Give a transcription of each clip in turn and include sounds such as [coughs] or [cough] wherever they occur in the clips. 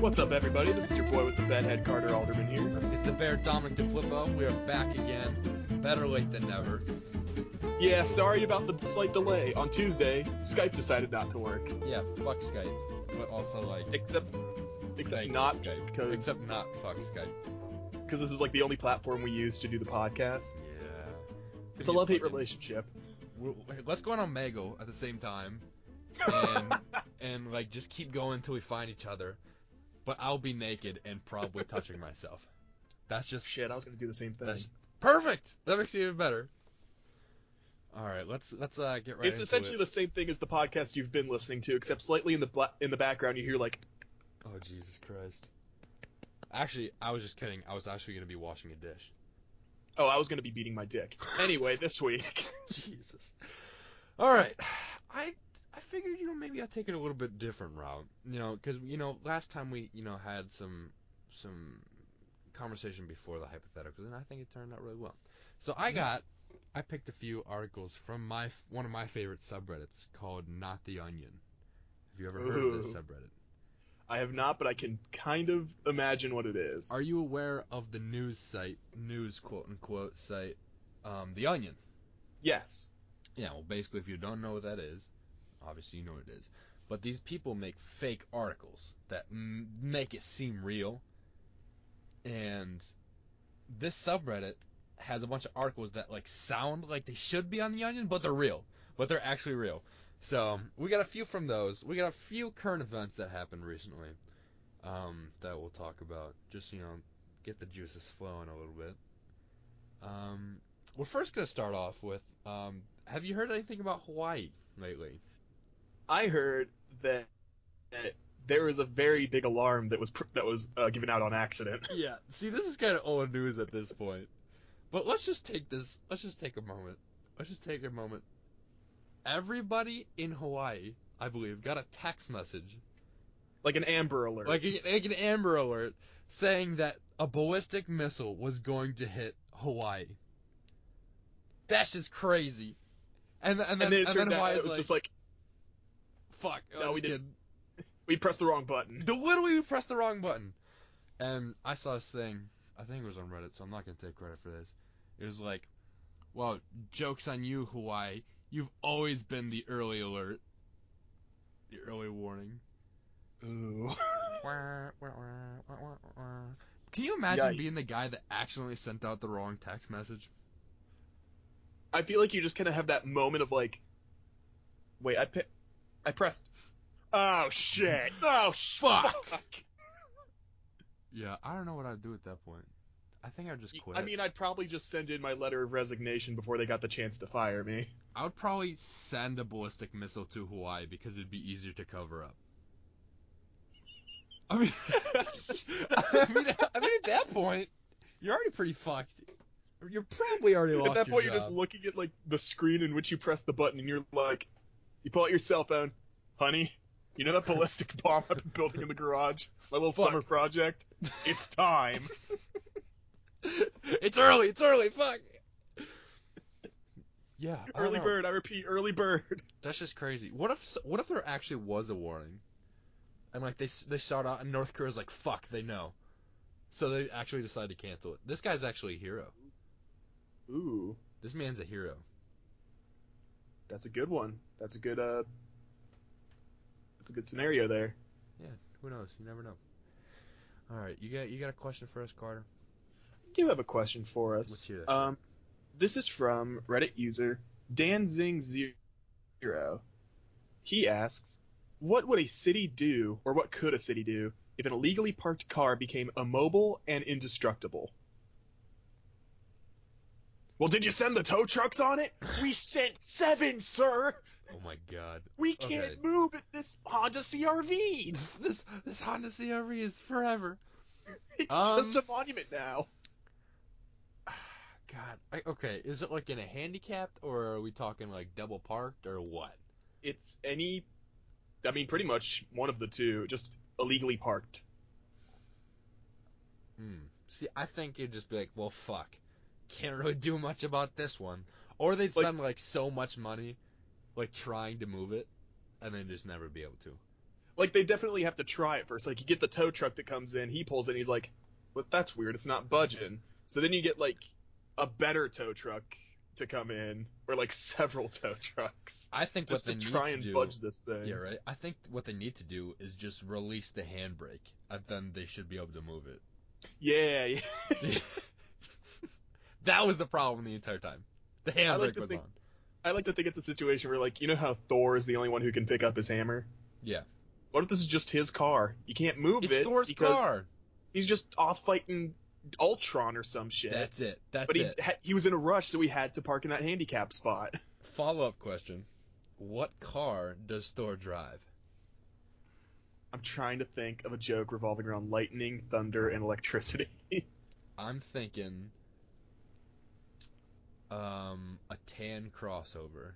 What's up, everybody? This is your boy with the bedhead, Carter Alderman here. It's the bear Dominic DeFlippo. We are back again. Better late than never. Yeah, sorry about the slight delay. On Tuesday, Skype decided not to work. Yeah, fuck Skype. But also like Except, except thank not Skype. because Except not fuck Skype. because this is like the only platform we use to do the podcast. Yeah. Could It's a be love hate fucking- relationship. we're- Let's go on Omegle at the same time. And and like just keep going until we find each other. But I'll be naked and probably touching myself. That's just [laughs] Shit, I was gonna do the same thing. That's perfect. That makes it even better. All right, let's let's uh, get right. it's into essentially it. the same thing as the podcast you've been listening to, except slightly in the bla- in the background you hear like, Oh Jesus Christ! Actually, I was just kidding. I was actually gonna be washing a dish. "Oh, I was gonna be beating my dick." Anyway, this week, [laughs] Jesus. All right, I I figured you know maybe I'd take it a little bit different route. You know, because you know last time we you know had some some conversation before the hypotheticals, and I think it turned out really well. So I got I picked a few articles from my one of my favorite subreddits called Not the Onion. Have you ever heard of this Ooh. subreddit? I have not, but I can kind of imagine what it is. Are you aware of the news site, news quote unquote site, um, The Onion? Yes. Yeah, well, basically, if you don't know what that is, obviously you know what it is. But these people make fake articles that m- make it seem real. And this subreddit has a bunch of articles that like sound like they should be on the Onion, but they're real. But they're actually real. So we got a few from those. We got a few current events that happened recently um, that we'll talk about. Just you know, get the juices flowing a little bit. Um, we're first gonna start off with um, have you heard anything about Hawaii lately? I heard that, that there was a very big alarm that was pr- that was uh, given out on accident. Yeah. See, this is kind of old news at this point. But let's just take this. Let's just take a moment. Let's just take a moment. Everybody in Hawaii, I believe, got a text message, like an Amber Alert. like, a- like an Amber Alert, saying that a ballistic missile was going to hit Hawaii. That's just crazy. And and then, and then it and turned then out Hawaii's it was like, just like fuck. oh, No, we just didn't. kidding. we pressed the wrong [laughs] button. The literally we pressed the wrong button. And I saw this thing. I think it was on Reddit, so I'm not gonna take credit for this. It was like, "Well, jokes on you, Hawaii. You've always been the early alert, the early warning." Ooh. Wah, wah, wah, wah, wah, wah. Can you imagine Yikes. being the guy that accidentally sent out the wrong text message? [laughs] I feel like you just kind of have that moment of like, wait, I pi- I pressed. Oh [laughs] shit! Oh sh- Fuck. Yeah, I don't know what I'd do at that point. I think [laughs] I'd just quit. I mean, I'd probably just send in my letter of resignation before they got the chance to fire me. [laughs] I would probably send a ballistic missile to Hawaii because it'd be easier to cover up. I mean, [laughs] [laughs] I mean, I mean, at that point, you're already pretty fucked. You're probably already lost At that your point, job. you're just looking at like the screen in which you press the button, and you're like, you pull out your cell phone, honey. You know that ballistic [laughs] bomb I've been building in the garage, my little Fuck. summer project. It's time. [laughs] it's early. It's early. Fuck. Yeah. [laughs] I don't early know. bird. I repeat, early bird. That's just crazy. What if what if there actually was a warning, and like they s- they shot out and North Korea's like fuck they know, so they actually decided to cancel it. This guy's actually a hero. Ooh, This man's a hero. that's a good one. That's a good uh, that's a good scenario there. Who knows? You never know. All right, you got you got a question for us, Carter? I do have a question for us. Let's hear this. Um, this is from Reddit user Danzing Zero. He asks, "What would a city do, or what could a city do, if an illegally parked car became immobile and indestructible?" Well, did you send the tow trucks on it? We sent seven, sir. Oh my God, We Okay. can't move at this Honda CRV. this this this Honda CRV is forever. It's Um, just a monument now. [sighs] God, I, okay, is it like in a handicapped or are we talking like double parked or what? It's any, I mean, pretty much one of the two, just illegally parked. Hmm. See, I think it'd just be like, well, fuck, can't really do much about this one. Or they'd Like- spend like so much money, like trying to move it, and then just never be able to. like they definitely have to try it first. Like you get the tow truck that comes in, he pulls in, he's like, "Well, that's weird. It's not budging." So then you get like a better tow truck to come in, or like [laughs] several tow trucks, I think just what to they try need and to do, budge this thing. yeah, right. I think what they need to do is just release the handbrake, and then they should be able to move it. Yeah, [laughs] yeah. See? [laughs] that was the problem the entire time. The I handbrake like to was think- on. I like to think it's a situation where like you know how Thor is the only one who can pick up his hammer. Yeah, What if this is just his car? You can't move it's it Thor's because car. he's just off fighting Ultron or some shit. That's it. That's but he it. ha- he was in a rush, so he had to park in that handicap spot. [laughs] Follow up question: What car does Thor drive? I'm trying to think of a joke revolving around lightning, thunder, and electricity. [laughs] I'm thinking, um, a tan crossover,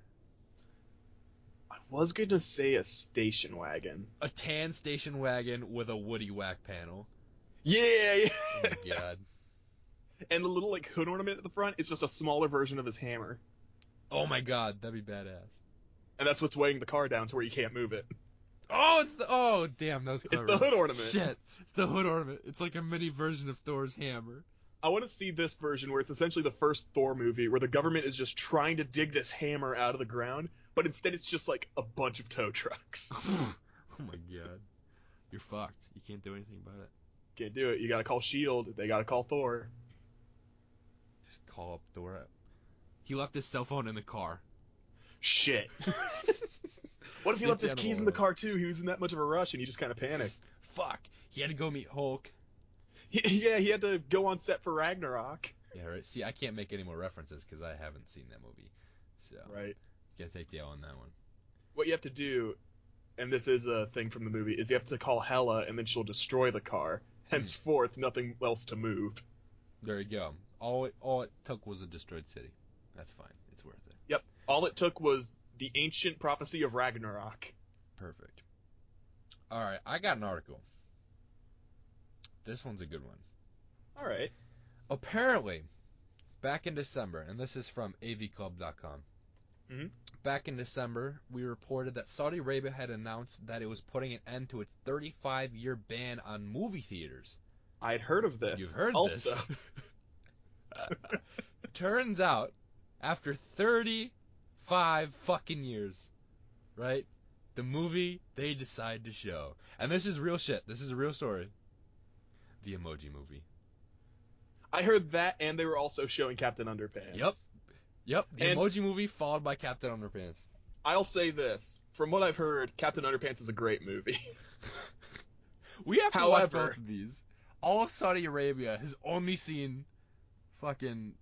I was going to say a station wagon. a tan station wagon with a Woody Whack panel. Yeah, yeah. [laughs] Oh my god. And the little like hood ornament at the front is just a smaller version of his hammer, Oh my god, that'd be badass. and that's what's weighing the car down to where you can't move it. Oh, it's the oh damn, that was It's clever. the hood ornament. Shit, it's the hood ornament. It's like a mini version of Thor's hammer. [laughs] I want to see this version where it's essentially the first Thor movie where the government is just trying to dig this hammer out of the ground, but instead it's just like a bunch of tow trucks. oh my god, you're fucked. You can't do anything about it. Can't do it. You gotta call Shield. E They gotta call Thor. Just call up Thor. He left his cell phone in the car. Shit. [laughs] what if he Get left the his animal keys in the out. car too? He was in that much of a rush and he just kind of panicked. Fuck. He had to go meet Hulk. [laughs] He, yeah, he had to go on set for Ragnarok. Yeah, right. See, I can't make any more references because I haven't seen that movie. So, Right. gotta take the L on that one. What you have to do, and this is a thing from the movie, is you have to call Hela and then she'll destroy the car. Henceforth, nothing else to move. There you go. All it, all it took was a destroyed city. That's fine. It's worth it. All it took was the ancient prophecy of Ragnarok. Perfect. All right, I got an article. This one's a good one. All right. Apparently, back in December, and this is from avclub.com. Mhm. Back in December, we reported that Saudi Arabia had announced that it was putting an end to its 35 year ban on movie theaters. I'd heard of this. You've heard also, this. [laughs] Turns out, after 35 fucking years, right? The movie they decide to show. And this is real shit. This is a real story. The Emoji Movie. [laughs] I heard that, and they were also showing Captain Underpants. Yep. Yep, the And- Emoji Movie followed by Captain Underpants. I'll say this: from what I've heard, Captain Underpants is a great movie. [laughs] We have to watch However- both of these. All of Saudi Arabia has only seen fucking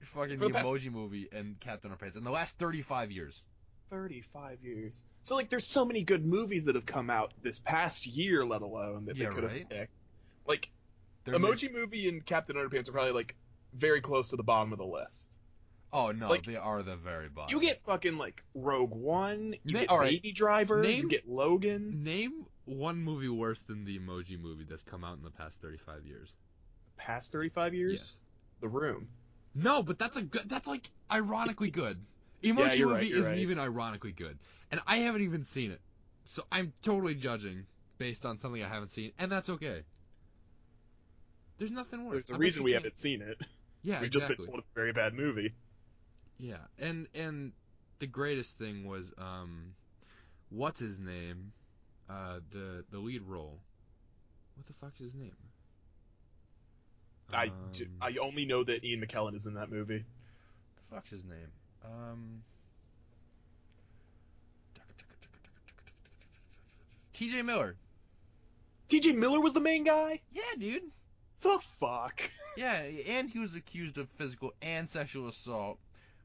fucking For the, the past- Emoji Movie and Captain Underpants in the last 35 years. Thirty-five years. So like, there's so many good movies that have come out this past year, let alone that Yeah, they could right. have picked. Like, They're Emoji Movie and Captain Underpants are probably like very close to the bottom of the list. Oh no, Like- they are the very bottom. You get fucking like Rogue One. You They- get all right. Baby Driver. Name- You get Logan. name one movie worse than the Emoji Movie that's come out in the past 35 years. past 35 years? The Room. No, but that's a good. That's like ironically good. [laughs] Yeah, Emoji you're Movie right, you're isn't right. even ironically good, and I haven't even seen it, so I'm totally judging based on something I haven't seen, and that's okay. There's nothing worse. There's the I mean, reason you we can't- haven't seen it. Yeah, We've exactly. just been told it's a very bad movie. Yeah, and and the greatest thing was um, what's his name, uh, the the lead role. What the fuck's his name? I, j- Um, I only know that Ian McKellen is in that movie. the fuck's his name? Um. TJ Miller. TJ Miller was the main guy? Yeah, dude. The fuck? Yeah, and he was accused of physical and sexual assault,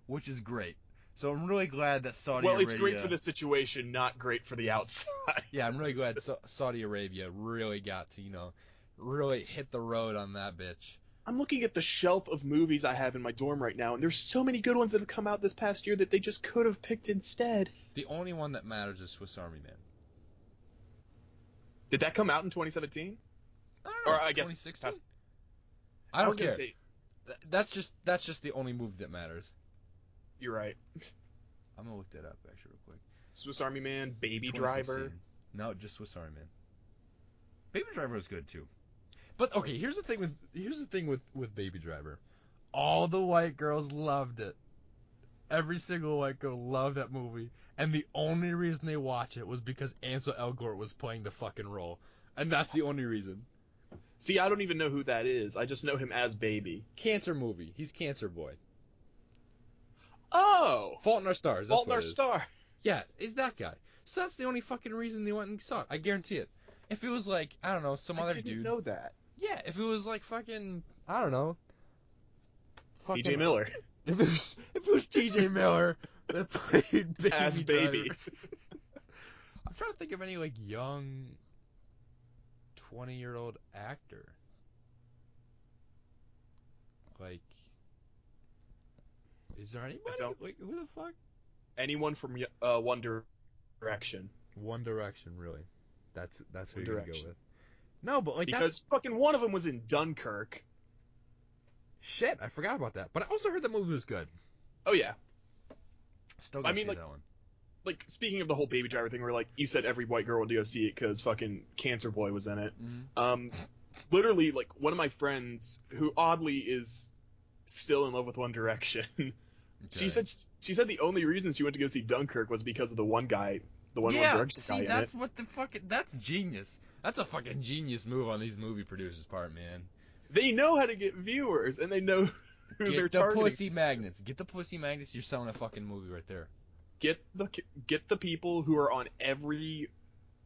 which is great. So I'm really glad that Saudi uh, well, Arabia. it's great for the situation, not great for the outside. [laughs] Yeah, I'm really glad Sa- Saudi Arabia really got to, you know, really hit the road on that bitch. I'm looking at the shelf of movies I have in my dorm right now, and there's so many good ones that have come out this past year that they just could have picked instead. The only one that matters is Swiss Army Man. Did that come out in 2017? I don't know, Or I guess 2016? that's- I don't was care. gonna say Th- that's just that's just the only move that matters. you're right. I'm gonna look that up actually real quick. Swiss Army Man, Baby Driver. No, just Swiss Army Man. Baby Driver was good too. But okay, here's the thing with here's the thing with with Baby Driver. All the white girls loved it. Every single white girl loved that movie, and the only reason they watch it was because Ansel Elgort was playing the fucking role, and that's the only reason. See, I don't even know who that is. I just know him as Baby. Cancer movie. He's Cancer Boy. Oh, Fault in Our Stars. That's Fault in what Our it is. Star. Yes, it's that guy. So that's the only fucking reason they went and saw it. I guarantee it. If it was like I don't know some I other didn't dude. know that. Yeah, if it was like fucking I don't know. T.J. Miller [laughs] [laughs] If it was if it was T.J. Miller that played baby as Baby. [laughs] Driver. I'm trying to think of any like young, twenty year old actor. Like, is there anybody? don't- Like, who the fuck? Anyone from uh, One Direction? One Direction, really. That's that's who One you're gonna go Direction. with. No, but like that's Because fucking one of them was in Dunkirk. shit. I forgot about that. But I also heard the movie was good. Oh yeah. Still I gonna mean, see like- that one. Like speaking of the whole Baby Driver thing, where like you said every white girl would go see it because fucking Cancer Boy was in it. Um, literally, like one of my friends who oddly is still in love with One Direction. [laughs] Okay. She said she said the only reason she went to go see Dunkirk was because of the one guy, the one yeah, One Direction guy see, in that's it. what the fucking that's genius. That's a fucking genius move on these movie producers' part, man. They know how to get viewers, and they know [laughs] who Get they're the targeting. pussy magnets. Get the pussy magnets. You're selling a fucking movie right there. get the get the people who are on every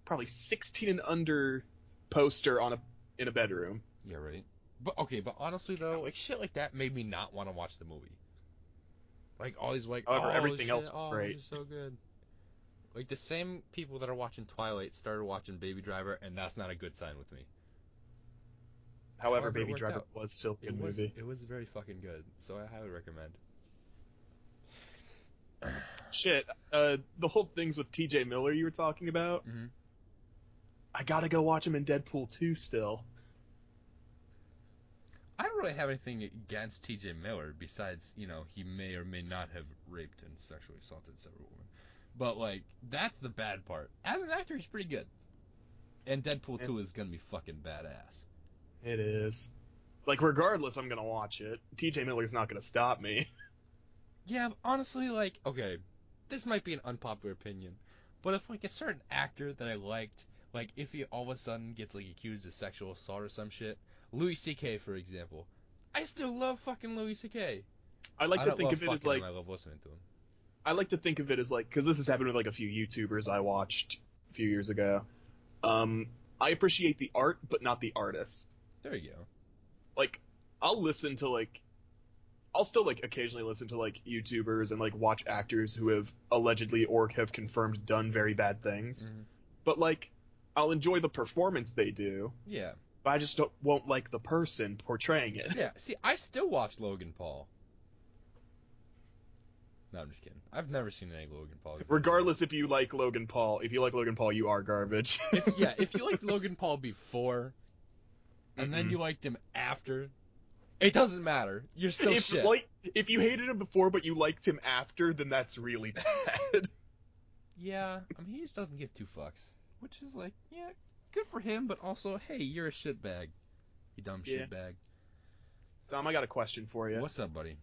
probably 16 and under poster on a in a bedroom. Yeah, right. But okay, but honestly though, like shit like that made me not want to watch the movie. Like all these like However, oh, everything shit, else was oh, great. this is so good. Like the same people that are watching Twilight started watching Baby Driver, and that's not a good sign with me. However, However, it Baby worked Driver out. was still a It good was movie. it was very fucking good, so I highly recommend. Shit, uh, the whole things with T.J. Miller you were talking about. Mhm. I gotta go watch him in Deadpool 2 still. I don't really have anything against T.J. Miller besides, you know, he may or may not have raped and sexually assaulted several women. But like, that's the bad part. As an actor, he's pretty good. And Deadpool Yeah. 2 is gonna be fucking badass. It is. Like, regardless, I'm gonna watch it. T.J. Miller's not gonna stop me. [laughs] Yeah, but honestly, like, okay, this might be an unpopular opinion, but if like a certain actor that I liked, like, if he all of a sudden gets like accused of sexual assault or some shit, Louis C.K. for example, I still love fucking Louis C.K. I like I to don't think love of it as fucking like him, I love listening to him. I like to think of it as like because this has happened with like a few YouTubers I watched a few years ago. Um, I appreciate the art, but not the artist. There you go. Like, I'll listen to like, I'll still like occasionally listen to like YouTubers and like watch actors who have allegedly or have confirmed done very bad things. Mhm. But like, I'll enjoy the performance they do, Yeah. but I just don't, won't like the person portraying it. [laughs] Yeah, see, I still watch Logan Paul. No, I'm just kidding. I've never seen any Logan Paul. video. Regardless if you like Logan Paul, if you like Logan Paul, you are [laughs] garbage. If, yeah, if you liked Logan Paul before, and then Mhm. you liked him after, it doesn't matter. You're still if shit. like if you hated him before but you liked him after, then that's really bad. [laughs] Yeah, I mean, he just doesn't give two fucks. Which is like, yeah, good for him, but also, hey, you're a shitbag. You dumb Yeah. shitbag. Dom, I got a question for you. What's up, buddy?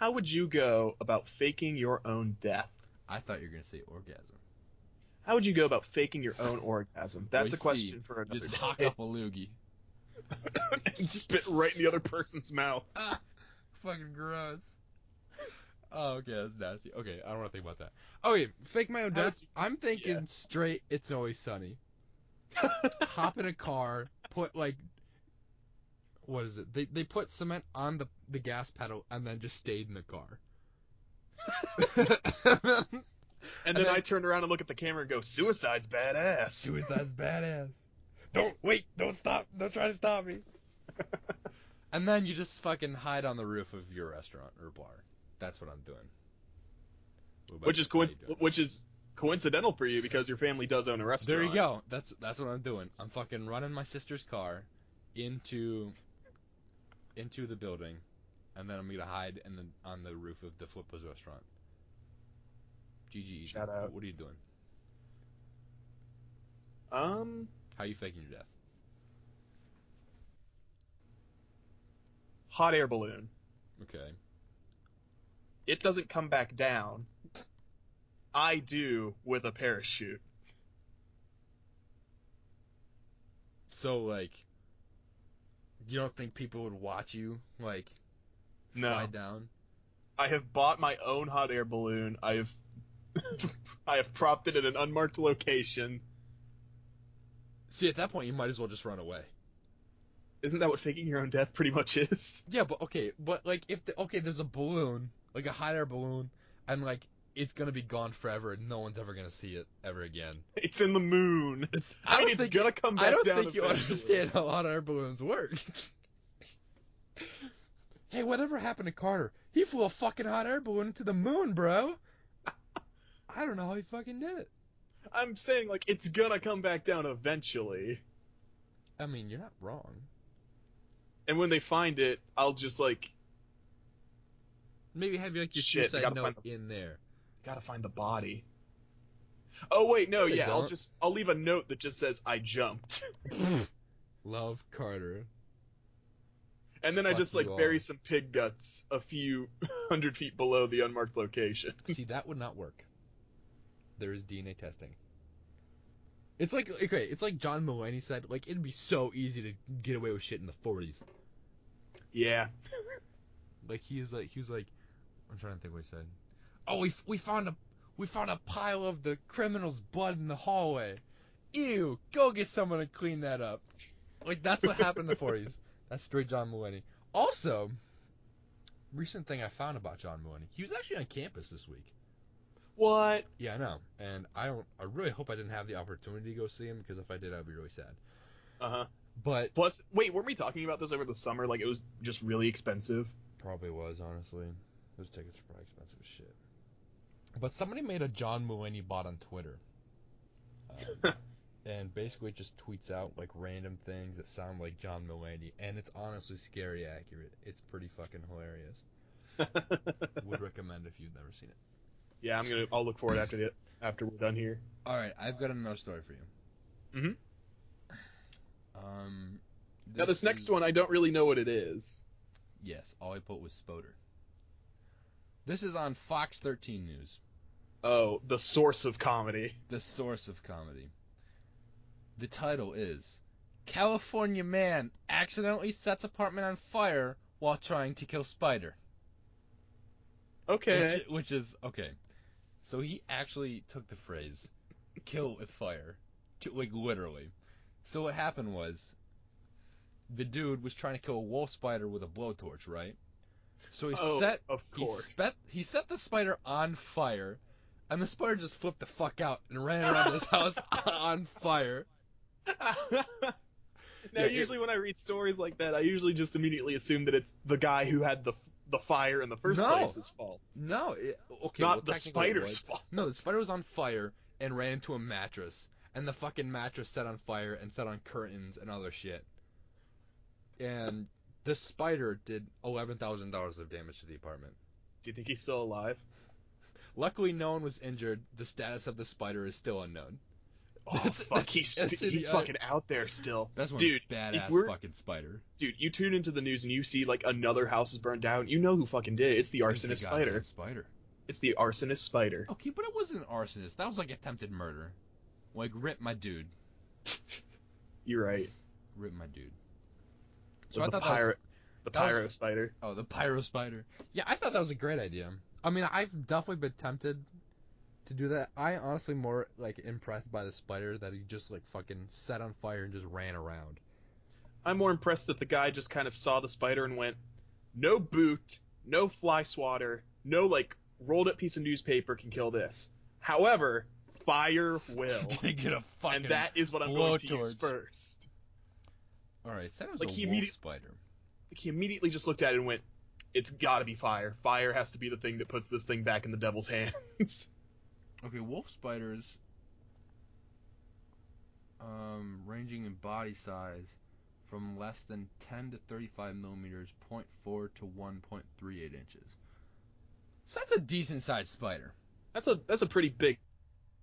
How would you go about faking your own death? I thought you were going to say orgasm. [laughs] How would you go about faking your own orgasm? That's Wait, a question see, for another Just day. hock up a loogie. [laughs] and spit right in the other person's [laughs] mouth. Fucking gross. Oh, okay, that's nasty. Okay, I don't want to think about that. Okay, fake my own How death. did you- I'm thinking Yeah. straight. It's always sunny. Hop in a car. Put like, what is it? They they put cement on the the gas pedal and then just stayed in the car. [laughs] and then then- I turn around and look at the camera and go, "Suicide's badass." Suicide's badass. Don't wait. Don't stop. Don't try to stop me. [laughs] and then you just fucking hide on the roof of your restaurant or bar. That's what I'm doing. What about which you? is How coin you doing? which is coincidental for you because your family does own a restaurant. There you go. That's that's what I'm doing. I'm fucking running my sister's car into into the building, and then I'm gonna hide in the on the roof of the Flippo's restaurant. GG. Shout out. What are you doing? Um, How you faking your death? hot air balloon. Okay. It doesn't come back down. I do with a parachute. So like, you don't think people would watch you like No. slide down? I have bought my own hot air balloon. I have [laughs] I have propped it in an unmarked location. See, at that point, you might as well just run away. Isn't that what faking your own death pretty much is? Yeah, but okay, but like if the, okay, there's a balloon, like a hot air balloon, and like it's gonna be gone forever, and no one's ever gonna see it ever again. It's in the moon. [laughs] It's, I mean, it's gonna come back I don't down. think you eventually. understand how hot air balloons work. [laughs] hey, whatever happened to Carter? He flew a fucking hot air balloon into the moon, bro. [laughs] I don't know how he fucking did it. I'm saying like it's gonna come back down eventually. I mean, you're not wrong. And when they find it, I'll just like Maybe have like your Shit, I suicide gotta note find [laughs] in there. gotta find the body. Oh wait, no, No, they yeah, I'll don't. just I'll leave a note that just says I jumped. [laughs] Love Carter. And then I Fuck just like you bury all. some pig guts a few [laughs] hundred feet below the unmarked location. See, that would not work. There is DNA testing. It's like okay, it's like John Mulaney said, like it'd be so easy to get away with shit in the forties. Yeah, Like he is like he was like, I'm trying to think what he said. Oh, we f- we found a we found a pile of the criminal's blood in the hallway. Ew, go get someone to clean that up. Like that's what happened in the forties. That's straight John Mulaney. Also, recent thing I found about John Mulaney, he was actually on campus this week. What? Yeah, I know, and I don't. I really hope I didn't have the opportunity to go see him because if I did, I'd be really sad. Uh huh. But Plus, wait, weren't we talking about this over the summer? Like it was just really expensive. [laughs] probably was honestly. Those tickets were probably expensive as shit. But somebody made a John Mulaney bot on Twitter, [laughs] um, and basically just tweets out like random things that sound like John Mulaney, and it's honestly scary accurate. It's pretty fucking hilarious. [laughs] Would recommend if you've never seen it. yeah, I'm gonna. I'll look for it after the after we're done here. All right, I've got another story for you. Mhm. Um. now this next is- one, I don't really know what it is. Yes, all I put was Spoder. This is on Fox 13 News, Oh, the source of comedy. the source of comedy. The title is California Man Accidentally Sets Apartment on Fire While Trying to Kill Spider. Okay. Which, which is, okay. So he actually took the phrase kill with fire, to, like literally. So what happened was the dude was trying to kill a wolf spider with a blowtorch, right? So he oh, set of He, course. spet, he set the spider on fire, and the spider just flipped the fuck out and ran around [laughs] this house on fire. [laughs] now, Yeah, it- usually when I read stories like that, I usually just immediately assume that it's the guy who had the the fire in the first No. place's fault, No, it, okay, not well, the technically it spider's was. fault. No, the spider was on fire and ran into a mattress, and the fucking mattress set on fire and set on curtains and other shit. And this spider did eleven thousand dollars of damage to the apartment. Do you think he's still alive? Luckily, no one was injured. The status of the spider is still unknown. Oh [laughs] That's- fuck, that's- he's that's uh, st- in the he's eye. fucking out there still. That's one Dude, badass we're- fucking spider. Dude, you tune into the news and you see like another house is burned down. You know who fucking did it? It's the It's the arsonist goddamn spider. Spider. It's the arsonist spider. Okay, but it wasn't an arsonist. That was like attempted murder. Like rip my dude, You're right. rip my dude. It was the that was- pyro, the that was- pyro spider. oh the pyro spider. Yeah, I thought that was a great idea. I mean, I've definitely been tempted to do that. I honestly more like impressed by the spider that he just like fucking set on fire and just ran around. I'm more impressed that the guy just kind of saw the spider and went, no boot, no fly swatter, no like rolled up piece of newspaper can kill this. However, fire [laughs] will, Gonna get a fucking. and that is what I'm going to use blowtorch. first. All right, said it was Like, a he wolf immedi- spider. he immediately just looked at it and went, "It's got to be fire. Fire has to be the thing that puts this thing back in the devil's [laughs] hands." Okay, wolf spiders, um, ranging in body size from less than 10 to 35 millimeters, 0.4 to 1.38 inches. So that's a decent sized spider. that's a that's a pretty big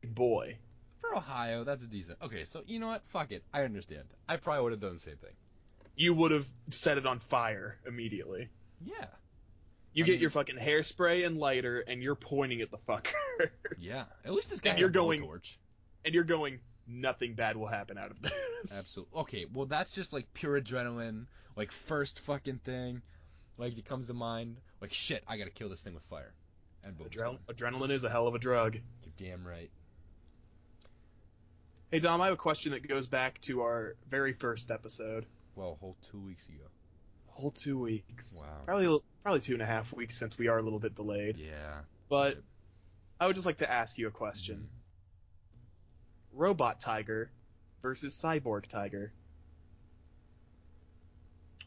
boy. For Ohio, that's decent. Okay, so you know what? Fuck it. I understand. I probably would have done the same thing. You would have set it on fire immediately. Yeah. You I get mean- your fucking hairspray and lighter, and you're pointing at the fucker, [laughs] Yeah. At least this guy And had you're a going- torch. and you're going, nothing bad will happen out of this. Absolutely. Okay, well that's just like pure adrenaline, like first fucking thing, like it comes to mind, like shit, I gotta kill this thing with fire. And boom. it's Adre- gone. adrenaline is a hell of a drug. You're damn right. Hey Dom, I have a question that goes back to our very first episode. Well, a whole two weeks ago. Whole two weeks. Wow. Probably probably two and a half weeks since we are a little bit delayed. Yeah. But I would just like to ask you a question. Robot Tiger versus Cyborg Tiger.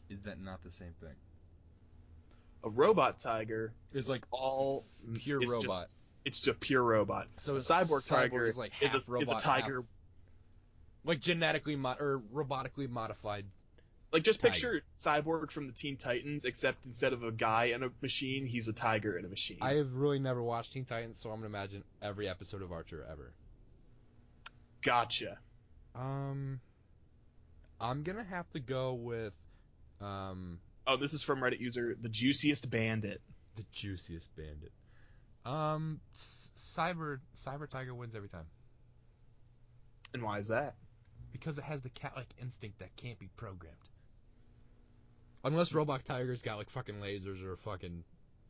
Is that not the same thing? A robot tiger It's like Mm, all pure it's just- robot. it's just a pure robot. so A it's- cyborg, tiger is like half is a, robot, is a half- tiger. like genetically mo- or robotically modified. Like just Tiger. picture Cyborg from the Teen Titans, except instead of a guy and a machine, he's a tiger and a machine. I have really never watched Teen Titans, so I'm gonna imagine every episode of Archer ever. Gotcha. Um, I'm gonna have to go with um Oh, this is from Reddit user the juiciest bandit. the juiciest bandit. Um, S- cyber cyber tiger wins every time And why is that? because it has the cat-like instinct that can't be programmed. Unless robot tiger's got like fucking lasers or fucking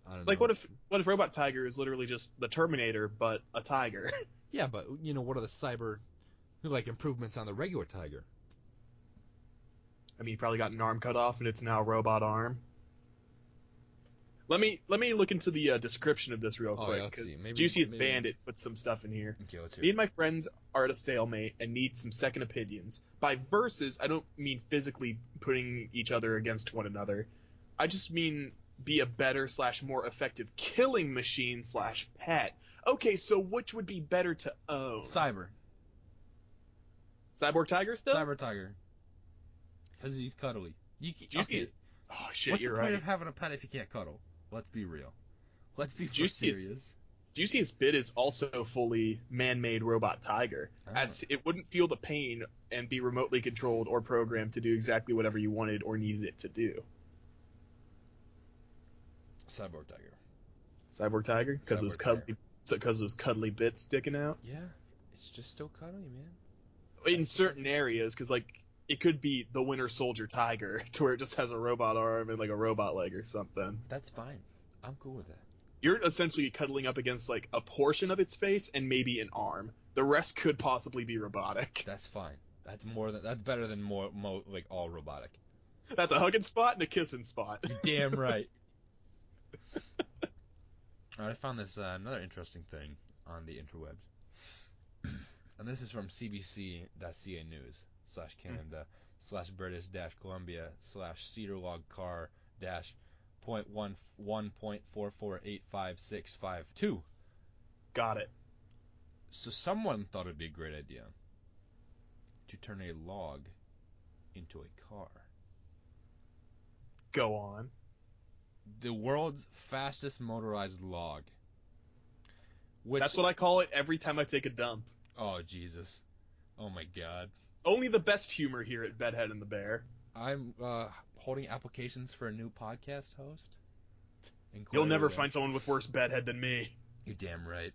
I don't know. Like, what if what if Robot Tiger is literally just the Terminator but a tiger? [laughs] Yeah, but you know what are the cyber like improvements on the regular tiger? I mean, he probably got an arm cut off and it's now a robot arm. Let me let me look into the uh, description of this real Oh, quick yeah, let's see. 'cause Maybe- Juiciest maybe- Bandit put some stuff in here. Okay, let's Me and my friends are at a stalemate and need some second opinions. By versus, I don't mean physically putting each other against one another. I just mean be a better slash more effective killing machine slash pet. Okay, so which would be better to own? Cyber, Cyborg Tiger still? cyber tiger, because he's cuddly. You, ca- Juicy okay, is- Oh shit, What's you're the point right. of having a pet if you can't cuddle? Let's be real. Let's be for Juicy is- serious. Juiciest Bit is also fully man-made robot tiger, Oh. as it wouldn't feel the pain and be remotely controlled or programmed to do exactly whatever you wanted or needed it to do. Cyborg tiger. Cyborg Tiger, because it was Cyborg Tiger. cuddly, because it was cuddly bits sticking out Yeah, it's just still cuddly, man. in certain areas, because like it could be the Winter Soldier Tiger, [laughs] to where it just has a robot arm and like a robot leg or something. That's fine. I'm cool with that. You're essentially cuddling up against like a portion of its face and maybe an arm. The rest could possibly be robotic. [laughs] That's fine. That's more than that's better than more mo, like all robotic. That's a hugging spot and a kissing spot. You're damn right. All right, I found this uh, another interesting thing on the interwebs, [coughs] and this is from CBC.ca News slash Canada slash British dash Columbia slash Cedar Log Car dash point one one point four four eight five six five two. Got it. So someone thought it'd be a great idea to turn a log into a car. Go on. The world's fastest motorized log. Which That's what I call it every time I take a dump. Oh Jesus. Oh my God. Only the best humor here at Bedhead and the Bear. I'm uh, holding applications for a new podcast host. Inquiry You'll never list. find someone with worse bedhead than me. You're damn right.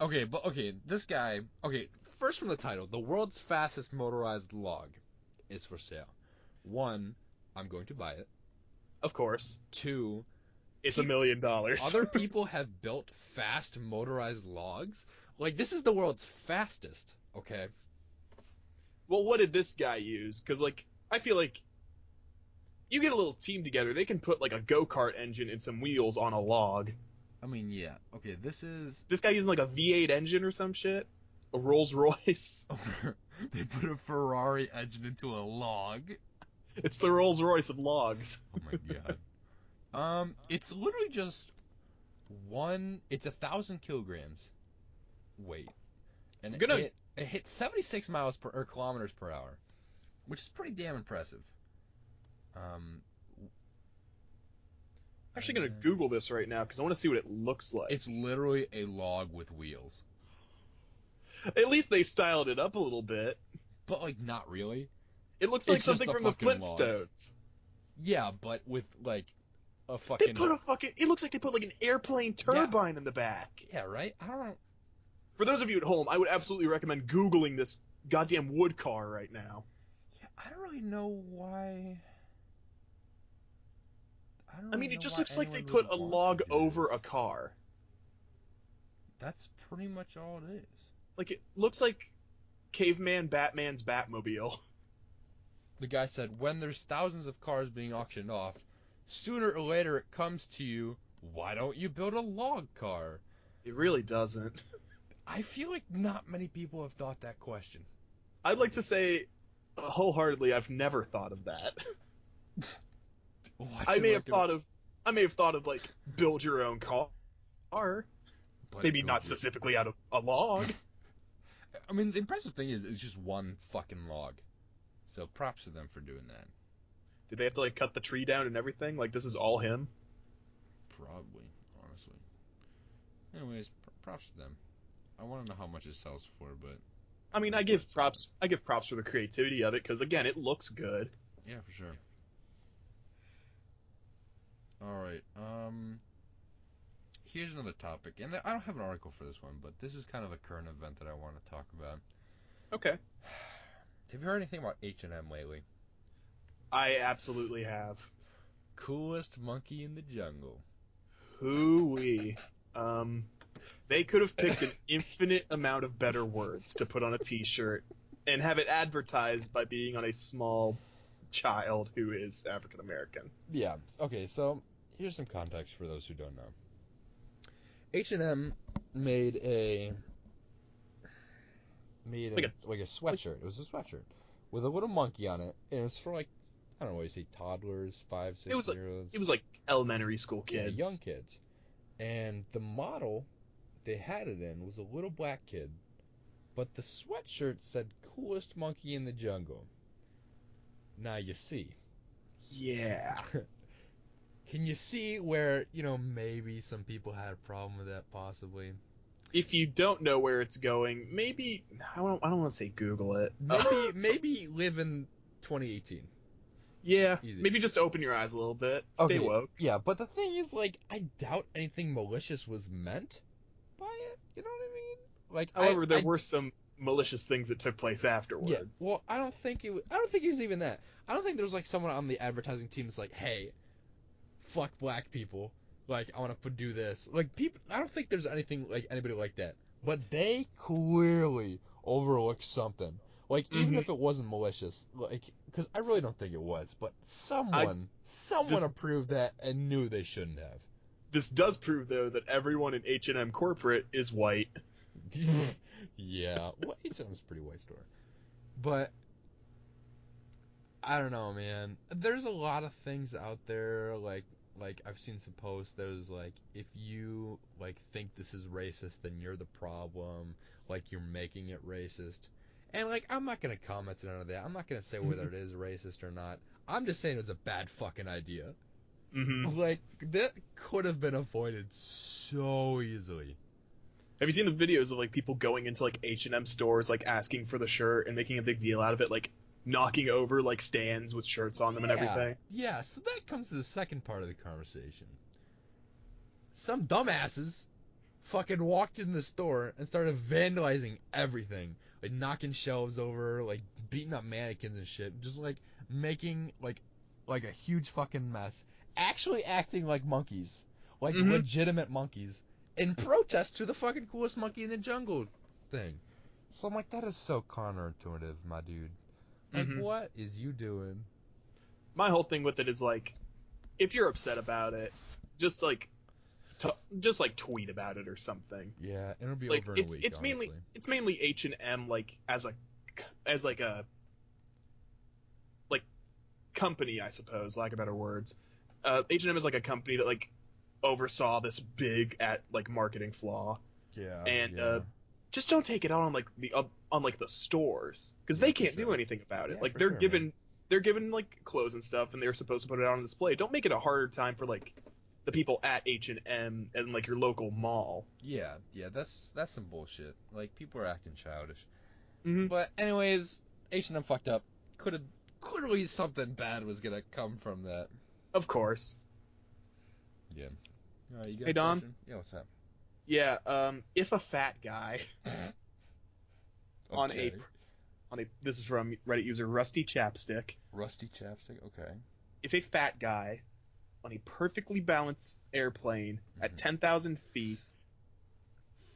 Okay, but okay, this guy. Okay, first from the title, the world's fastest motorized log is for sale. One, I'm going to buy it. Of course. [laughs] Two, It's a million dollars. other people have built fast motorized logs. Like this is the world's fastest. Okay. well, what did this guy use? Because, like, I feel like you get a little team together, they can put, like, a go kart engine and some wheels on a log. I mean, yeah. Okay, this is [laughs] This guy using, like, a V8 engine or some shit? A Rolls Royce? they put a Ferrari engine into a log. [laughs] It's the Rolls Royce of logs. Oh my god. um, it's literally just one. It's a thousand kilograms weight, and Gonna- it, hit, it hit seventy six miles per or kilometers per hour, which is pretty damn impressive. Um, I'm actually going to Google this right now because I want to see what it looks like. it's literally a log with wheels. At least they styled it up a little bit. But like not really. It looks like It's just something a from the fucking log. Flintstones. Yeah, but with like a fucking They put a fucking. It looks like they put like an airplane turbine in the back. yeah, right? I don't. For those of you at home, I would absolutely recommend googling this goddamn wood car right now. Yeah, I don't really know why. I, don't I mean, really it know just why looks like they anyone put a would want log to do over this. a car. That's pretty much all it is. Like it looks like caveman Batman's Batmobile. [laughs] The guy said, "When there's thousands of cars being auctioned off, sooner or later it comes to you. Why don't you build a log car?" It really doesn't. I feel like not many people have thought that question. [laughs] I'd like to say uh, wholeheartedly, I've never thought of [laughs] that. Well, I should may look have it thought of, I may have thought of like build your own car, up, but maybe it not would be- specifically out of a [laughs] log. I mean, the impressive thing is it's just one fucking log. So props to them for doing that. Did they have to like cut the tree down and everything? Like this is all him. Probably, honestly. Anyways, pr- props to them. I want to know how much it sells for, but I mean, I give props, I give props for the creativity of it because again, it looks good. yeah, for sure. All right. Um, here's another topic, and I don't have an article for this one, but this is kind of a current event that I want to talk about. Okay. Have you heard anything about H and M lately? I absolutely have. Coolest monkey in the jungle. Hooey. Um, they could have picked [laughs] an infinite amount of better words to put on a T-shirt and have it advertised by being on a small child who is African American. Yeah. Okay. So here's some context for those who don't know. H and M made a made a, Like like, a- a, sweatshirt. It was a sweatshirt with a little monkey on it, and it's for like I don't know what you say, toddlers, five, six It was like- year olds. It was like elementary school yeah, kids. young kids. And the model they had it in was a little black kid, but the sweatshirt said "coolest monkey in the jungle." Now you see. Yeah. Can you see where, you know, maybe some people had a problem with that [laughs] possibly? If you don't know where it's going, maybe I don't. I don't want to say Google [laughs] it. Maybe maybe live in 2018. yeah. Easy. Maybe just open your eyes a little bit. Stay Okay. woke. Yeah, but the thing is like I doubt anything malicious was meant by it, you know what I mean? Like I- However, there I- were some malicious things that took place afterwards. yeah, well, I don't think it was, I don't think it was even that. I don't think there was like someone on the advertising team that's like, "Hey, fuck black people. Like I want to do this." Like people I don't think there's anything like anybody like that. But they clearly overlooked something. Like even Mhm. if it wasn't malicious, like cuz I really don't think it was, but someone someone this- approved that and knew they shouldn't have. This does prove though that everyone in H and M corporate is white. [laughs] yeah, well, H&M's a pretty white store, but I don't know, man. There's a lot of things out there, like like I've seen some posts that was like, if you like think this is racist, then you're the problem. Like you're making it racist, and like I'm not gonna comment on none of that. I'm not gonna say whether it is racist or not. I'm just saying it was a bad fucking idea. hmm Like that could have been avoided so easily. Have you seen the videos of like people going into like H and M stores, like asking for the shirt and making a big deal out of it, like knocking over like stands with shirts on them and everything? Yeah, so that comes to the second part of the conversation. Some dumbasses fucking walked in the store and started vandalizing everything. Like knocking shelves over, like beating up mannequins and shit, just like making like like a huge fucking mess. Actually acting like monkeys. Like Mhm. legitimate monkeys. In protest to the fucking coolest monkey in the jungle thing. So I'm like, that is so counterintuitive, my dude. Like Mhm. what is you doing? my whole thing with it is like if you're upset about it just like t- just like tweet about it or something Yeah, and it'll be like over in it's a week. it's mainly honestly. it's mainly h&m like as a as like a like company i suppose lack of better words uh, h&m is like a company that like oversaw this big at like marketing flaw yeah, and, yeah. uh, just don't take it out on like the up on like the stores because Yeah, they for can't do sure. anything about it. Yeah, like for they're sure, given they're given like clothes and stuff, and they're supposed to put it out on display. Don't make it a harder time for like the the people at H and M and like your local mall. Yeah, yeah, that's that's some bullshit. Like people are acting childish. Mhm. But anyways, H and M fucked up. Could have clearly something bad was gonna come from that. Of course. All right, you got Hey, a Dom? question? Yeah, what's up? Yeah. Um, if a fat guy [laughs] on a Okay. on a this is from Reddit user Rusty Chapstick. rusty chapstick. Okay. If a fat guy on a perfectly balanced airplane Mhm. at ten thousand feet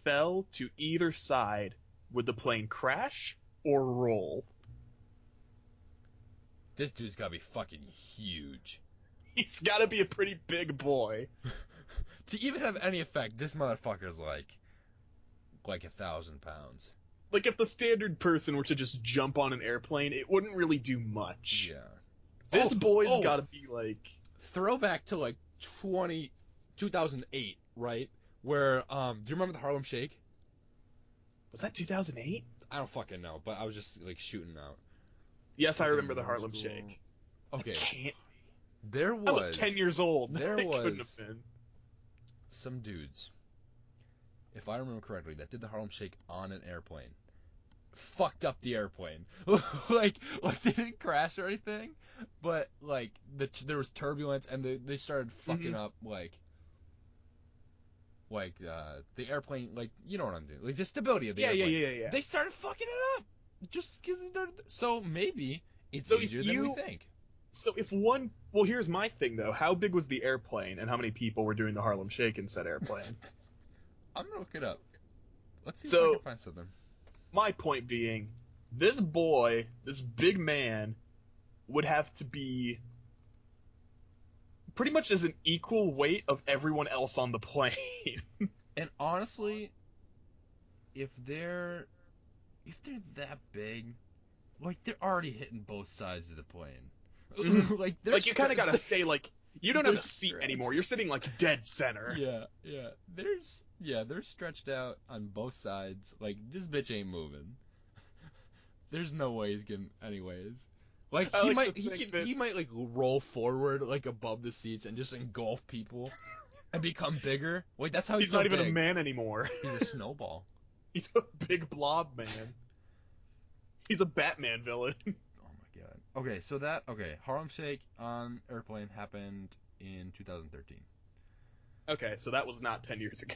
fell to either side, would the plane crash or roll? [laughs] This dude's gotta be fucking huge. [laughs] He's got to be a pretty big boy. to even have any effect, this motherfucker's like, like a thousand pounds. Like if the standard person were to just jump on an airplane, it wouldn't really do much. Yeah. This Oh, boy's oh. got to be like Throwback to like 20, 2008, right? Where um, do you remember the Harlem Shake? was that 2008? I don't fucking know, but I was just like shooting out. Yes, I Fucking remember the middle Harlem school. Shake. Okay, Can't, there was I was 10 years old. [laughs] there it couldn't was- have been. some dudes, if I remember correctly, that did the Harlem Shake on an airplane. Fucked up the airplane. [laughs] like, like they didn't crash or anything, but like the there was turbulence and they they started fucking Mhm. up like, like uh the airplane like you know what I'm doing like the stability of the Yeah, yeah, airplane. yeah, yeah, yeah. They started fucking it up. Just 'cause they started, so maybe it's So if easier than we you- think. So if one, well, here's my thing though. How big was the airplane, and how many people were doing the Harlem Shake in said [laughs] airplane? I'm gonna look it up. Let's see So- if I can find something. my point being, this boy, this big man, would have to be pretty much as an equal weight of everyone else on the plane. [laughs] And honestly, if they're if they're that big, like they're already hitting both sides of the plane. Mhm. [laughs] like they're like you kind scra- of gotta stay like you don't have They're a seat stretched. anymore. You're sitting like dead [laughs] center. Yeah, yeah. There's yeah, they're stretched out on both sides. Like this bitch ain't moving. [laughs] There's no way he's getting anyways. Like I he like might to he think can, that- he might like roll forward like above the seats and just engulf people and become bigger. Like that's how Oh, he's, He's, not so even a big. man anymore. He's a snowball. [laughs] He's a big blob man. He's a Batman villain. [laughs] Oh my god. Okay, so that okay, Harlem Shake on airplane happened in 2013. Okay, so that was not ten years ago.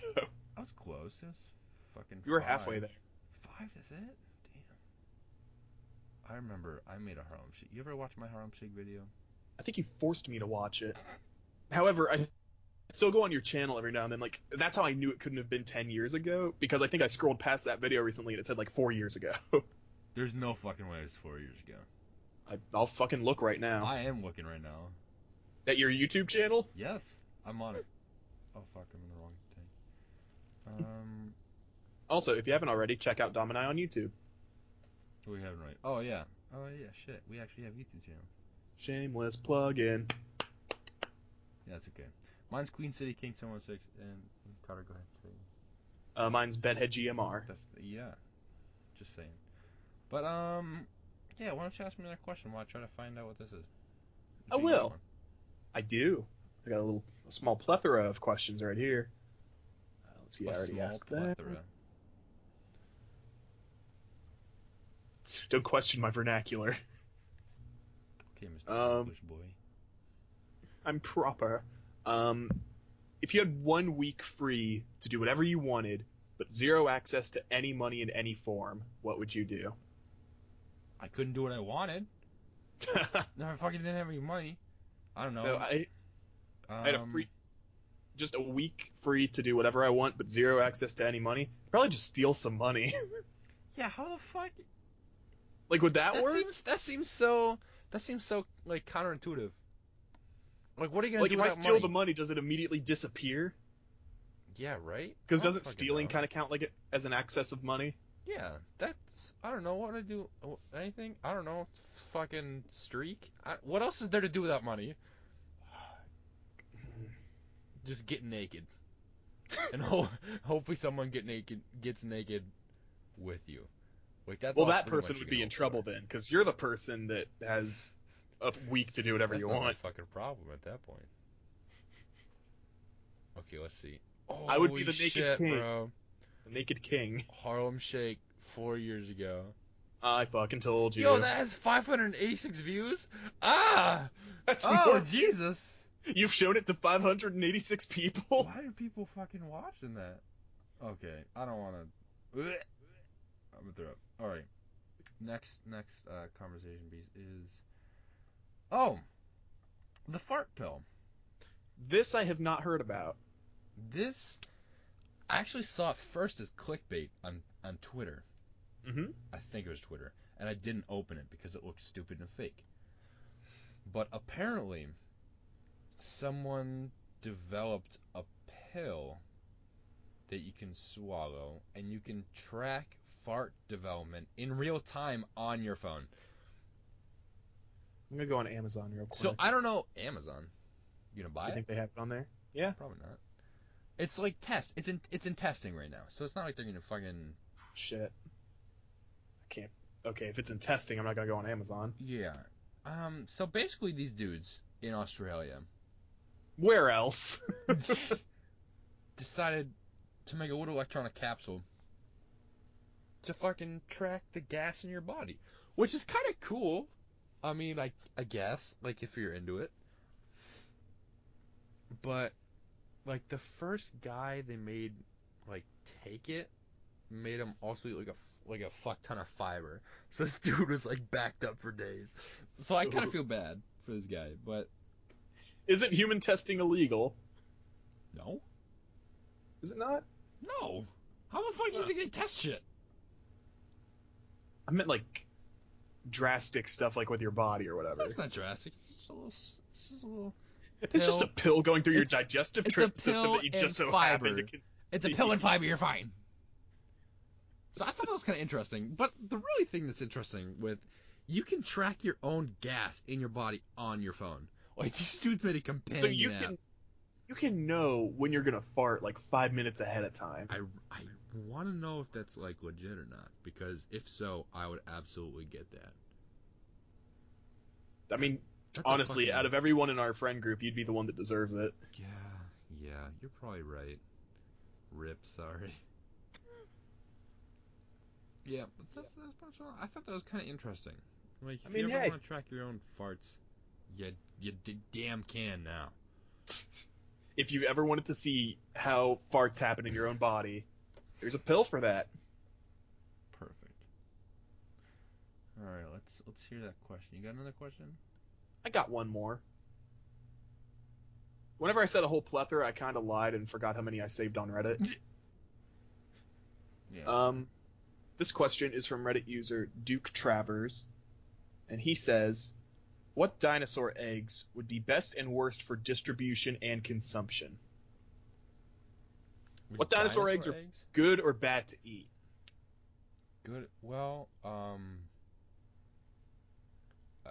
I was close. It was fucking. You were five. halfway there. Five is it? Damn. I remember I made a Harlem Shake. You ever watch my Harlem Shake video? I think you forced me to watch it. However, I still go on your channel every now and then. Like that's how I knew it couldn't have been ten years ago because I think I scrolled past that video recently and it said like four years ago. [laughs] There's no fucking way it was four years ago. I, I'll fucking look right now I am looking right now. at your YouTube channel. Yes, I'm on it. Oh fuck, I'm in the wrong thing. Um, Also, if you haven't already, check out Dom and I on YouTube. what we having right? Oh yeah. Oh yeah. Shit, we actually have YouTube channel. Shameless plug-in. Yeah, it's okay. Mine's Queen City King 716 and Carter. Go ahead. Say. Uh, mine's Bedhead GMR. That's yeah. Just saying. But um, yeah. Why don't you ask me another question while I try to find out what this is? I If you got will. one. I do. I got a little, a small plethora of questions right here. Uh, let's see. A I already small asked plethora. that. Don't question my vernacular. [laughs] Okay, Mr. Um, English boy. I'm proper. Um, if you had one week free to do whatever you wanted, but zero access to any money in any form, what would you do? [laughs] I couldn't do what I wanted. No, I fucking didn't have any money. I don't know. So I, um, I had a free, just a week free to do whatever I want, but zero access to any money. Probably just steal some money. [laughs] Yeah, how the fuck? like would that, That work? seems that seems so that seems so like counterintuitive. Like, what are you gonna Like do if I without steal money? the money, does it immediately disappear? Yeah, right. Because I don't doesn't fucking stealing know. kind of count like it, as an access of money? Yeah, that's. I don't know what I do. uh, Anything? I don't know. Fucking streak. I, what else is there to do without money? [sighs] Just get [laughs] naked, and ho- hopefully someone get naked gets naked with you. Like that's. Well, all that pretty person much you would can be in hope for. trouble then, because you're the person that has a week to do whatever That's you not my want. fucking problem at that point. Okay, let's see. Oh, I would be the naked shit, king. bro. The Naked King. Harlem Shake four years ago. I fucking told you. Yo, that has 586 views. [laughs] Ah. [laughs] That's Oh more- Jesus. You've shown it to 586 people. Why are people fucking watching that? Okay, I don't want to. I'm gonna throw up. All right, next next uh, conversation piece is oh, the fart pill. This I have not heard about. This I actually saw it first as clickbait on on Twitter. Mhm. I think it was Twitter, and I didn't open it because it looked stupid and fake. But apparently, someone developed a pill that you can swallow, and you can track fart development in real time on your phone. I'm gonna go on Amazon real quick. So I don't know Amazon. You gonna buy I it? think they have it on there. Probably not. It's like test. It's in it's in testing right now, so it's not like they're gonna fucking Shit. I can't. Okay, if it's in testing, I'm not gonna go on Amazon. yeah. Um. So basically, these dudes in Australia Where else? [laughs] decided to make a little electronic capsule to fucking track the gas in your body, which is kind of cool. I mean, I I guess like if you're into it, but like the first guy they made like take it made him also eat like a like a fuck ton of fiber. So this [laughs] dude was like backed up for days. So I kind Ooh. of feel bad for this guy, but Isn't human testing illegal? no, Is it not? no. How the fuck do you think they test shit? I meant like drastic stuff, like with your body or whatever. That's not drastic. It's just a little. It's just a little. It's just a pill. pill going through your It's- digestive it's a tract system pill that you and just so happen to. fiber. Con- It's a pill and fiber. You're fine. So I thought that was kind of interesting. But the really thing that's interesting with you can track your own gas in your body on your phone. Like these dudes made a companion so you app. can you can know when you're gonna fart like five minutes ahead of time. I I want to know if that's like legit or not because if so, I would absolutely get that. I [laughs] mean, That's a honestly, fucking- out of everyone in our friend group, you'd be the one that deserves it. [laughs] yeah, yeah, you're probably right. Rip, [laughs] sorry. Yeah, but that's that's much all. I thought that was kind of interesting. Like, if I mean, you ever hey. want to track your own farts, you you d- damn can now. if you ever wanted to see how farts happen in your own body, there's a pill for that. Perfect. All right, let's let's hear that question. You got another question? I got one more. Whenever I said a whole plethora, I kind of lied and forgot how many I saved on Reddit. Yeah. Um, this question is from Reddit user Duke Travers, and he says, "What dinosaur eggs would be best and worst for distribution and consumption? what dinosaur eggs are- Good or bad to eat? good? Well, um, uh, I,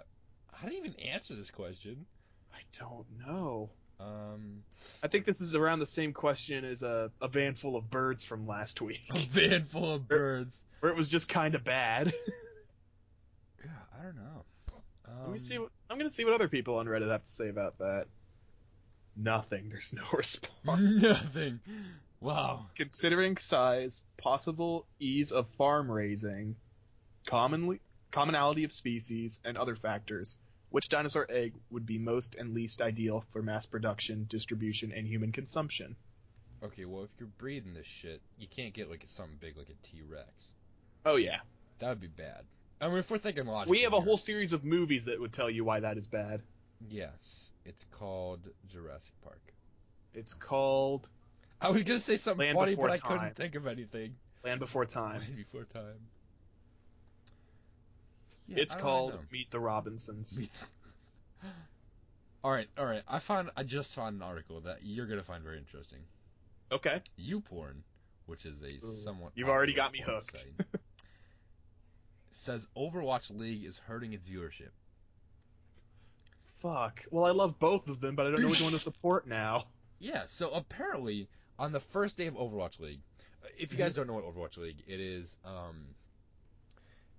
I didn't even answer this question. I don't know. Um. I think this is around the same question as a, a van full of birds from last week, [laughs] [laughs] A van full of birds. where it was just kind of bad. [laughs] Yeah, I don't know. Um, Let me see. What, I'm gonna see what other people on Reddit have to say about that. Nothing. There's no [laughs] [laughs] response. Nothing. Wow. Considering size, possible ease of farm raising, commonly commonality of species, and other factors, which dinosaur egg would be most and least ideal for mass production, distribution, and human consumption? Okay, well, if you're breeding this shit, you can't get like something big like a T Rex. Oh yeah, That would be bad. I mean, if we're thinking logically, we have a here- whole series of movies that would tell you why that is bad. Yes, it's called Jurassic Park. It's called I was gonna say something Land funny, Before but I Time. couldn't think of anything. Land Before [laughs] Time. Land Before Time. Yeah, it's I don't called know. [laughs] Meet the Robinsons. all right, all right. I found I just found an article that you're gonna find very interesting. Okay. YouPorn, which is a Ooh, somewhat you've already popular got me porn hooked. site, [laughs] says Overwatch League is hurting its viewership. Fuck. Well, I love both of them, but I don't know which one to support now. Yeah, so apparently on the first day of Overwatch League, uh, if you guys Mm-hmm. don't know what Overwatch League, it is um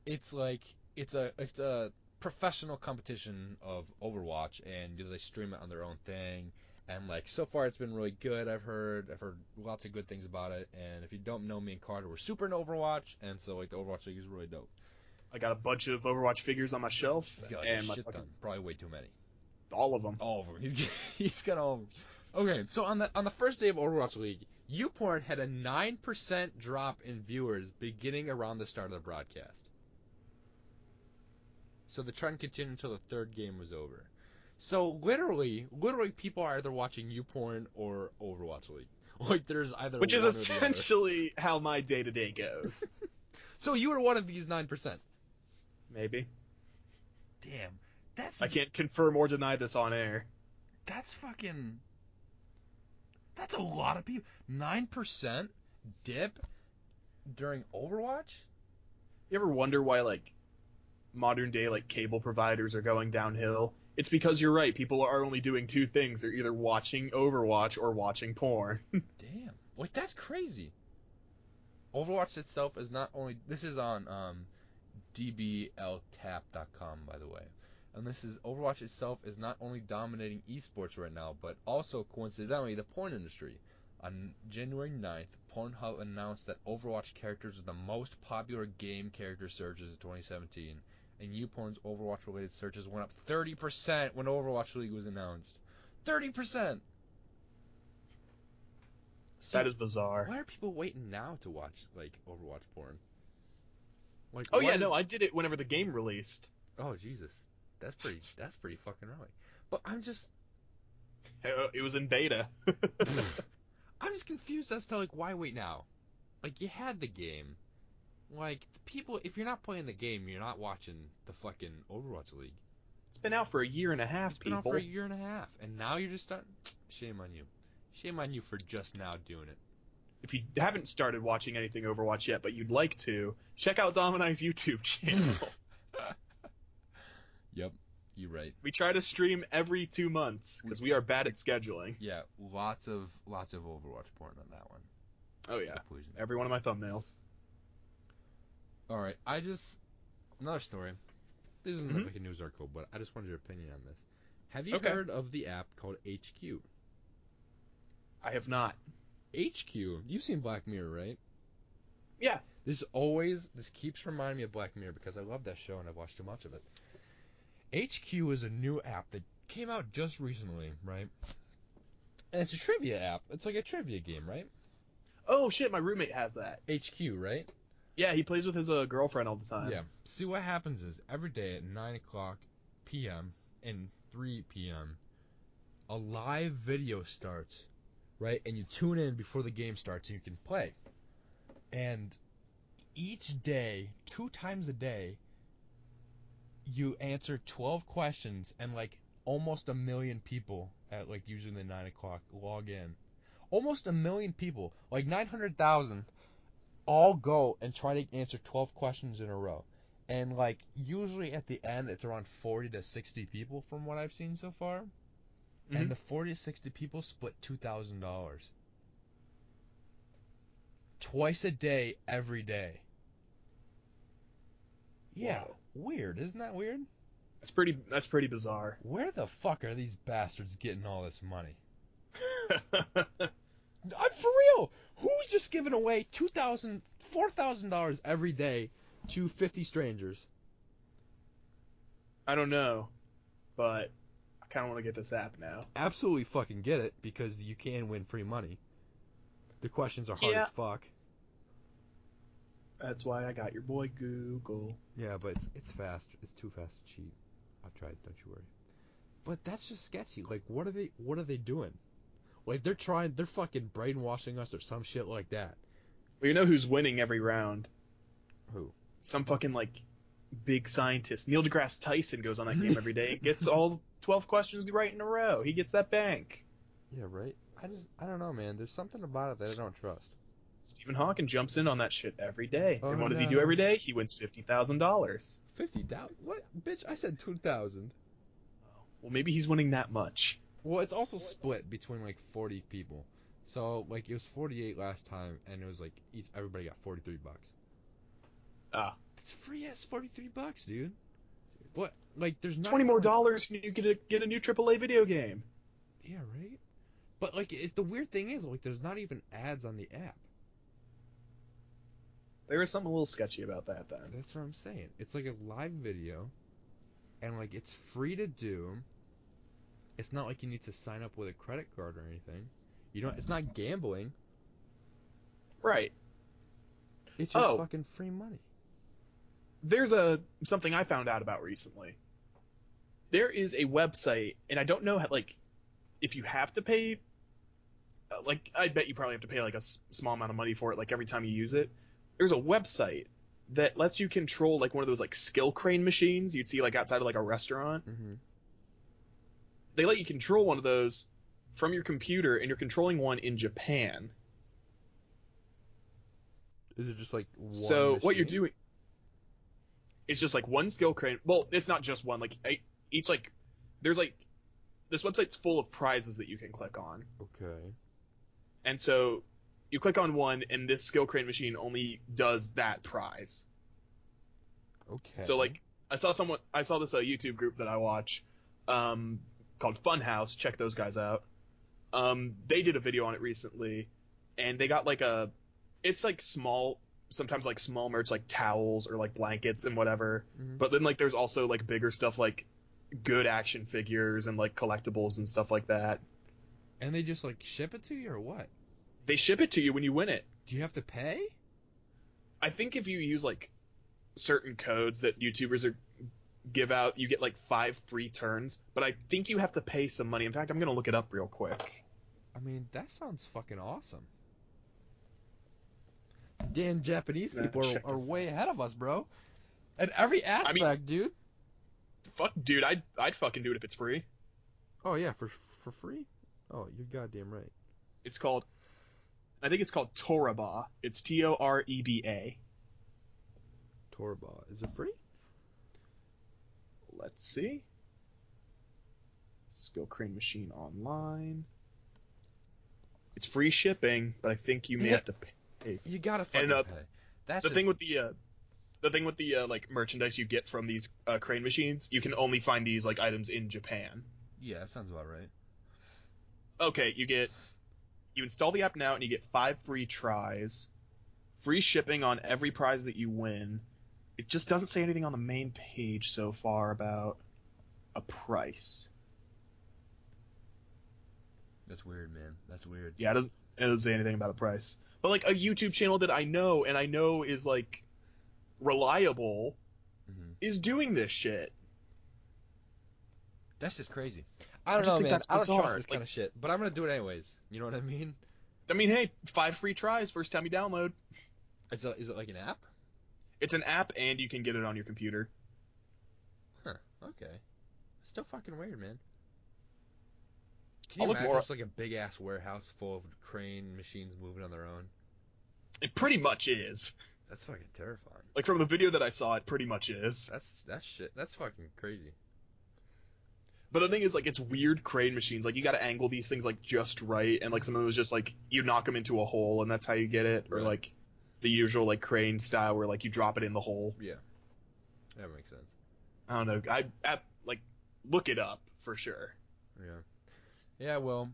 it's like it's a it's a professional competition of Overwatch and you know, they stream it on their own thing And like so far, it's been really good. I've heard I've heard lots of good things about it. And if you don't know, me and Carter were super into Overwatch, and so like the Overwatch League is really dope. I got a bunch of Overwatch figures on my shelf, He's got like, a and my shit fucking- ton, probably way too many. all of them. All of them. He's got, [laughs] he's got all of 'em. Okay, so on the on the first day of Overwatch League, YouPorn had a nine percent drop in viewers beginning around the start of the broadcast. So the trend continued until the third game was over. So literally, literally, people are either watching YouPorn or Overwatch League. [laughs] Like there's either Which is one or the other. essentially how my day to day [laughs] goes. So you were one of these nine percent. Maybe Damn, that's I can't confirm or deny this on air. that's fucking that's a lot of people. Nine percent dip during Overwatch. You ever wonder why like modern day like cable providers are going downhill? It's because you're right. People are only doing two things. They're either watching Overwatch or watching porn. Damn. Like that's crazy. Overwatch itself is not only this is on um dbltap.com by the way. And this is Overwatch itself is not only dominating esports right now, but also coincidentally the porn industry. On January 9th, Pornhub announced that Overwatch characters are the most popular game character searches of 2017, and YouPorn's Overwatch related searches went up 30% when Overwatch League was announced. 30%! So- that is bizarre. why are people waiting now to watch like Overwatch porn? Like, Oh what yeah, is- no, I did it whenever the game released. Oh Jesus, that's [laughs] pretty. That's pretty fucking early. But I'm [laughs] just, Uh, It was in beta. [laughs] I'm just confused as to like why wait now. Like you had the game. Like the people, if you're not playing the game, you're not watching the fucking Overwatch League. it's been out for a year and a half, It's been people. out for a year and a half, and now you're just starting. Shame on you. Shame on you for just now doing it. If you haven't started watching anything Overwatch yet, but you'd like to, check out Dominic's YouTube [laughs] channel. You're right. we try to stream every two months because we are bad at scheduling. Yeah, lots of lots of Overwatch porn on that one. Oh It's yeah, poison. every one of my thumbnails. All right, I just another story. This isn't Mhm. like a news article, but I just wanted your opinion on this. Have you Okay. heard of the app called HQ? I have not. HQ, you've seen Black Mirror, right? Yeah. This always this keeps reminding me of Black Mirror because I love that show and I've watched too much of it. HQ is a new app that came out just recently, right? And it's a trivia app. It's like a trivia game, right? Oh shit, my roommate has that. HQ, right? Yeah, he plays with his uh, girlfriend all the time. Yeah. See what happens is every day at nine o'clock p.m. and three p.m. a live video starts, right? And you tune in before the game starts and you can play. And each day, two times a day, you answer twelve questions and like almost a million people at like usually the nine o'clock log in. Almost a million people, like nine hundred thousand, all go and try to answer twelve questions in a row. And like usually at the end it's around forty to sixty people from what I've seen so far. Mhm. And the forty to sixty people split two thousand dollars. Twice a day, every day. Yeah. Whoa. Weird, isn't that weird? That's pretty. That's pretty bizarre. [laughs] Where the fuck are these bastards getting all this money? I'm for real. Who's just giving away two thousand, four thousand dollars every day to fifty strangers? I don't know, but I kind of want to get this app now. Absolutely fucking get it because you can win free money. The questions are hard Yeah. as fuck. That's why I got your boy Google. Yeah, but it's, it's fast. It's too fast to cheat. I've tried. Don't you worry. But that's just sketchy. Like, what are they? What are they doing? Like, they're trying. They're fucking brainwashing us or some shit like that. Well, you know who's winning every round? Who? Some fucking like big scientist. Neil deGrasse Tyson goes on that game every day and [laughs] gets all twelve questions right in a row. He gets that bank. Yeah, right. I just, I don't know, man. There's something about it that I don't trust. Stephen Hawking jumps in on that shit every day. Oh, and what does he no. do every day? He wins fifty thousand dollars. Fifty thousand? What, bitch? I said two thousand. Well, maybe he's winning that much. Well, it's also split between like forty people. So like it was forty eight last time, and it was like each everybody got forty three bucks. Ah. It's free ass forty three bucks, dude. What? Like there's not Twenty more dollars. dollars, and you get a, get a new AAA video game. Yeah, right. But like, it's, the weird thing is, like, there's not even ads on the app. There is something a little sketchy about that then. That's what I'm saying. It's like a live video, and like it's free to do. It's not like you need to sign up with a credit card or anything. You don't. It's not gambling. Right. It's just Oh. fucking free money. There's a something I found out about recently. There is a website, and I don't know how, like if you have to pay. uh, Like I bet you probably have to pay like a s- small amount of money for it, like every time you use it. There's a website that lets you control like one of those like skill crane machines you'd see like outside of like a restaurant. Mm-hmm. they let you control one of those from your computer and you're controlling one in Japan. Is it just like one so what you're machine? doing it's just like one skill crane. Well, it's not just one. Like I- each like there's like this website's full of prizes that you can click on. Okay. And so you click on one and this skill crane machine only does that prize. Okay. So like I saw someone I saw this uh, YouTube group that I watch um, called Funhouse. Check those guys out. Um, they did a video on it recently, and they got like a it's like small sometimes like small merch like towels or like blankets and whatever. Mhm. But then like there's also like bigger stuff like good action figures and like collectibles and stuff like that. And they just like ship it to you or what? They ship it to you when you win it. Do you have to pay? I think if you use like certain codes that YouTubers are give out, you get like five free turns. But I think you have to pay some money. In fact, I'm gonna look it up real quick. I mean, that sounds fucking awesome. Damn, Japanese Nah, people check are, them are way ahead of us, bro. And every aspect, mean- dude. Fuck, dude, I'd I'd fucking do it if it's free. Oh yeah, for for free. Oh, you're goddamn right. It's called, I think it's called Toraba. It's T O R E B A. Torba, is it free? Let's see. Skill Crane Machine Online. It's free shipping, but I think you may Yeah. have to pay. You gotta fucking uh, pay. That's the just, thing with the uh, the thing with the uh, like merchandise you get from these uh, crane machines, you can only find these like items in Japan. yeah, that sounds about right. Okay, you get you install the app now and you get five free tries, free shipping on every prize that you win. It just doesn't say anything on the main page so far about a price. That's weird, man. That's weird. Yeah, it doesn't it doesn't say anything about a price. But like a YouTube channel that I know and I know is like reliable Mhm. is doing this shit. That's just crazy. I don't just know, think man. that's I don't trust bizarre. this kind Like- of shit, but I'm gonna do it anyways. You know what I mean? I mean, hey, five free tries first time you download. Is it, is it like an app? It's an app, and you can get it on your computer. Huh. Okay. Still fucking weird, man. Can I'll you look imagine more- just like a big ass warehouse full of crane machines moving on their own? It pretty much is. That's fucking terrifying. Like from the video that I saw, it pretty much is. That's that's shit. That's fucking crazy. But the thing is, like, it's weird crane machines. Like, you got to angle these things like just right, and like some of them is just like you knock them into a hole, and that's how you get it, or Right. like the usual like crane style where like you drop it in the hole. That makes sense. I don't know. I, I like look it up for sure. Yeah. Yeah, well.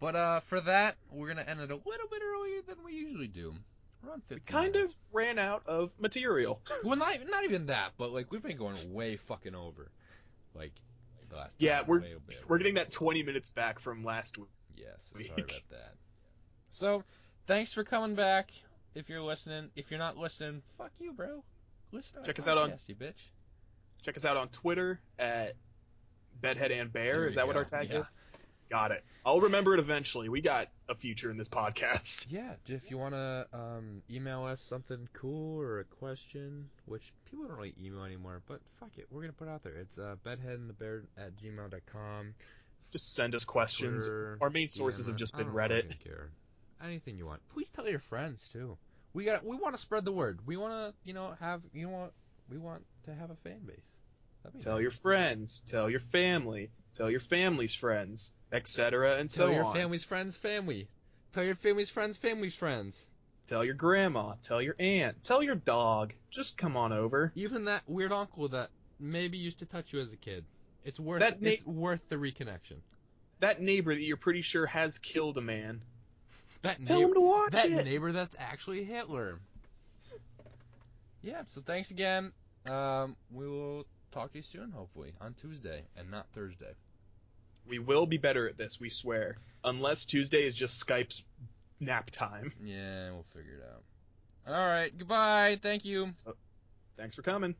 But uh for that, we're gonna end it a little bit earlier than we usually do. We're on 15 We kind minutes. of ran out of material. Well, not even, not even that, but like we've been going way fucking over, like the last. Yeah, time, we're- way a bit. We're getting that 20 minutes back from last week. Yes, week. sorry about that. So, thanks for coming back. If you're listening, if you're not listening, fuck you, bro. Listen. to our Check us out on- podcast, you bitch. Check us out on Twitter at Bedhead and Bear. There Is we that what go. our tag Yeah. is? Got it. I'll remember it eventually. We got a future in this podcast. [laughs] Yeah, if you want to um, email us something cool or a question, which people don't really email anymore, but fuck it, we're going to put it out there. It's uh, bedheadandthebear at gmail.com. Just send us questions. Twitter, Our main sources Yeah, Oh, have man, just I been don't Reddit. fucking care. Anything you want. Please tell your friends too. We got. We want to spread the word. We want to, you know, have you want. We want to have a fan base. That'd be Tell nice. your friends. Tell your family. Tell your family's friends, etc. And Tell so your on. family's friends family. Tell your family's friends family's friends. Tell your grandma. Tell your aunt. Tell your dog. Just come on over. Even that weird uncle that maybe used to touch you as a kid. It's worth. That ma- it's worth the reconnection. that neighbor that you're pretty sure has killed a man. That Tell neigh- him to watch that it. neighbor that's actually Hitler. Yeah, so thanks again. Um, we will talk to you soon, hopefully, on Tuesday and not Thursday. we will be better at this, we swear. Unless Tuesday is just Skype's nap time. Yeah, we'll figure it out. All right, goodbye. Thank you. Thanks for coming.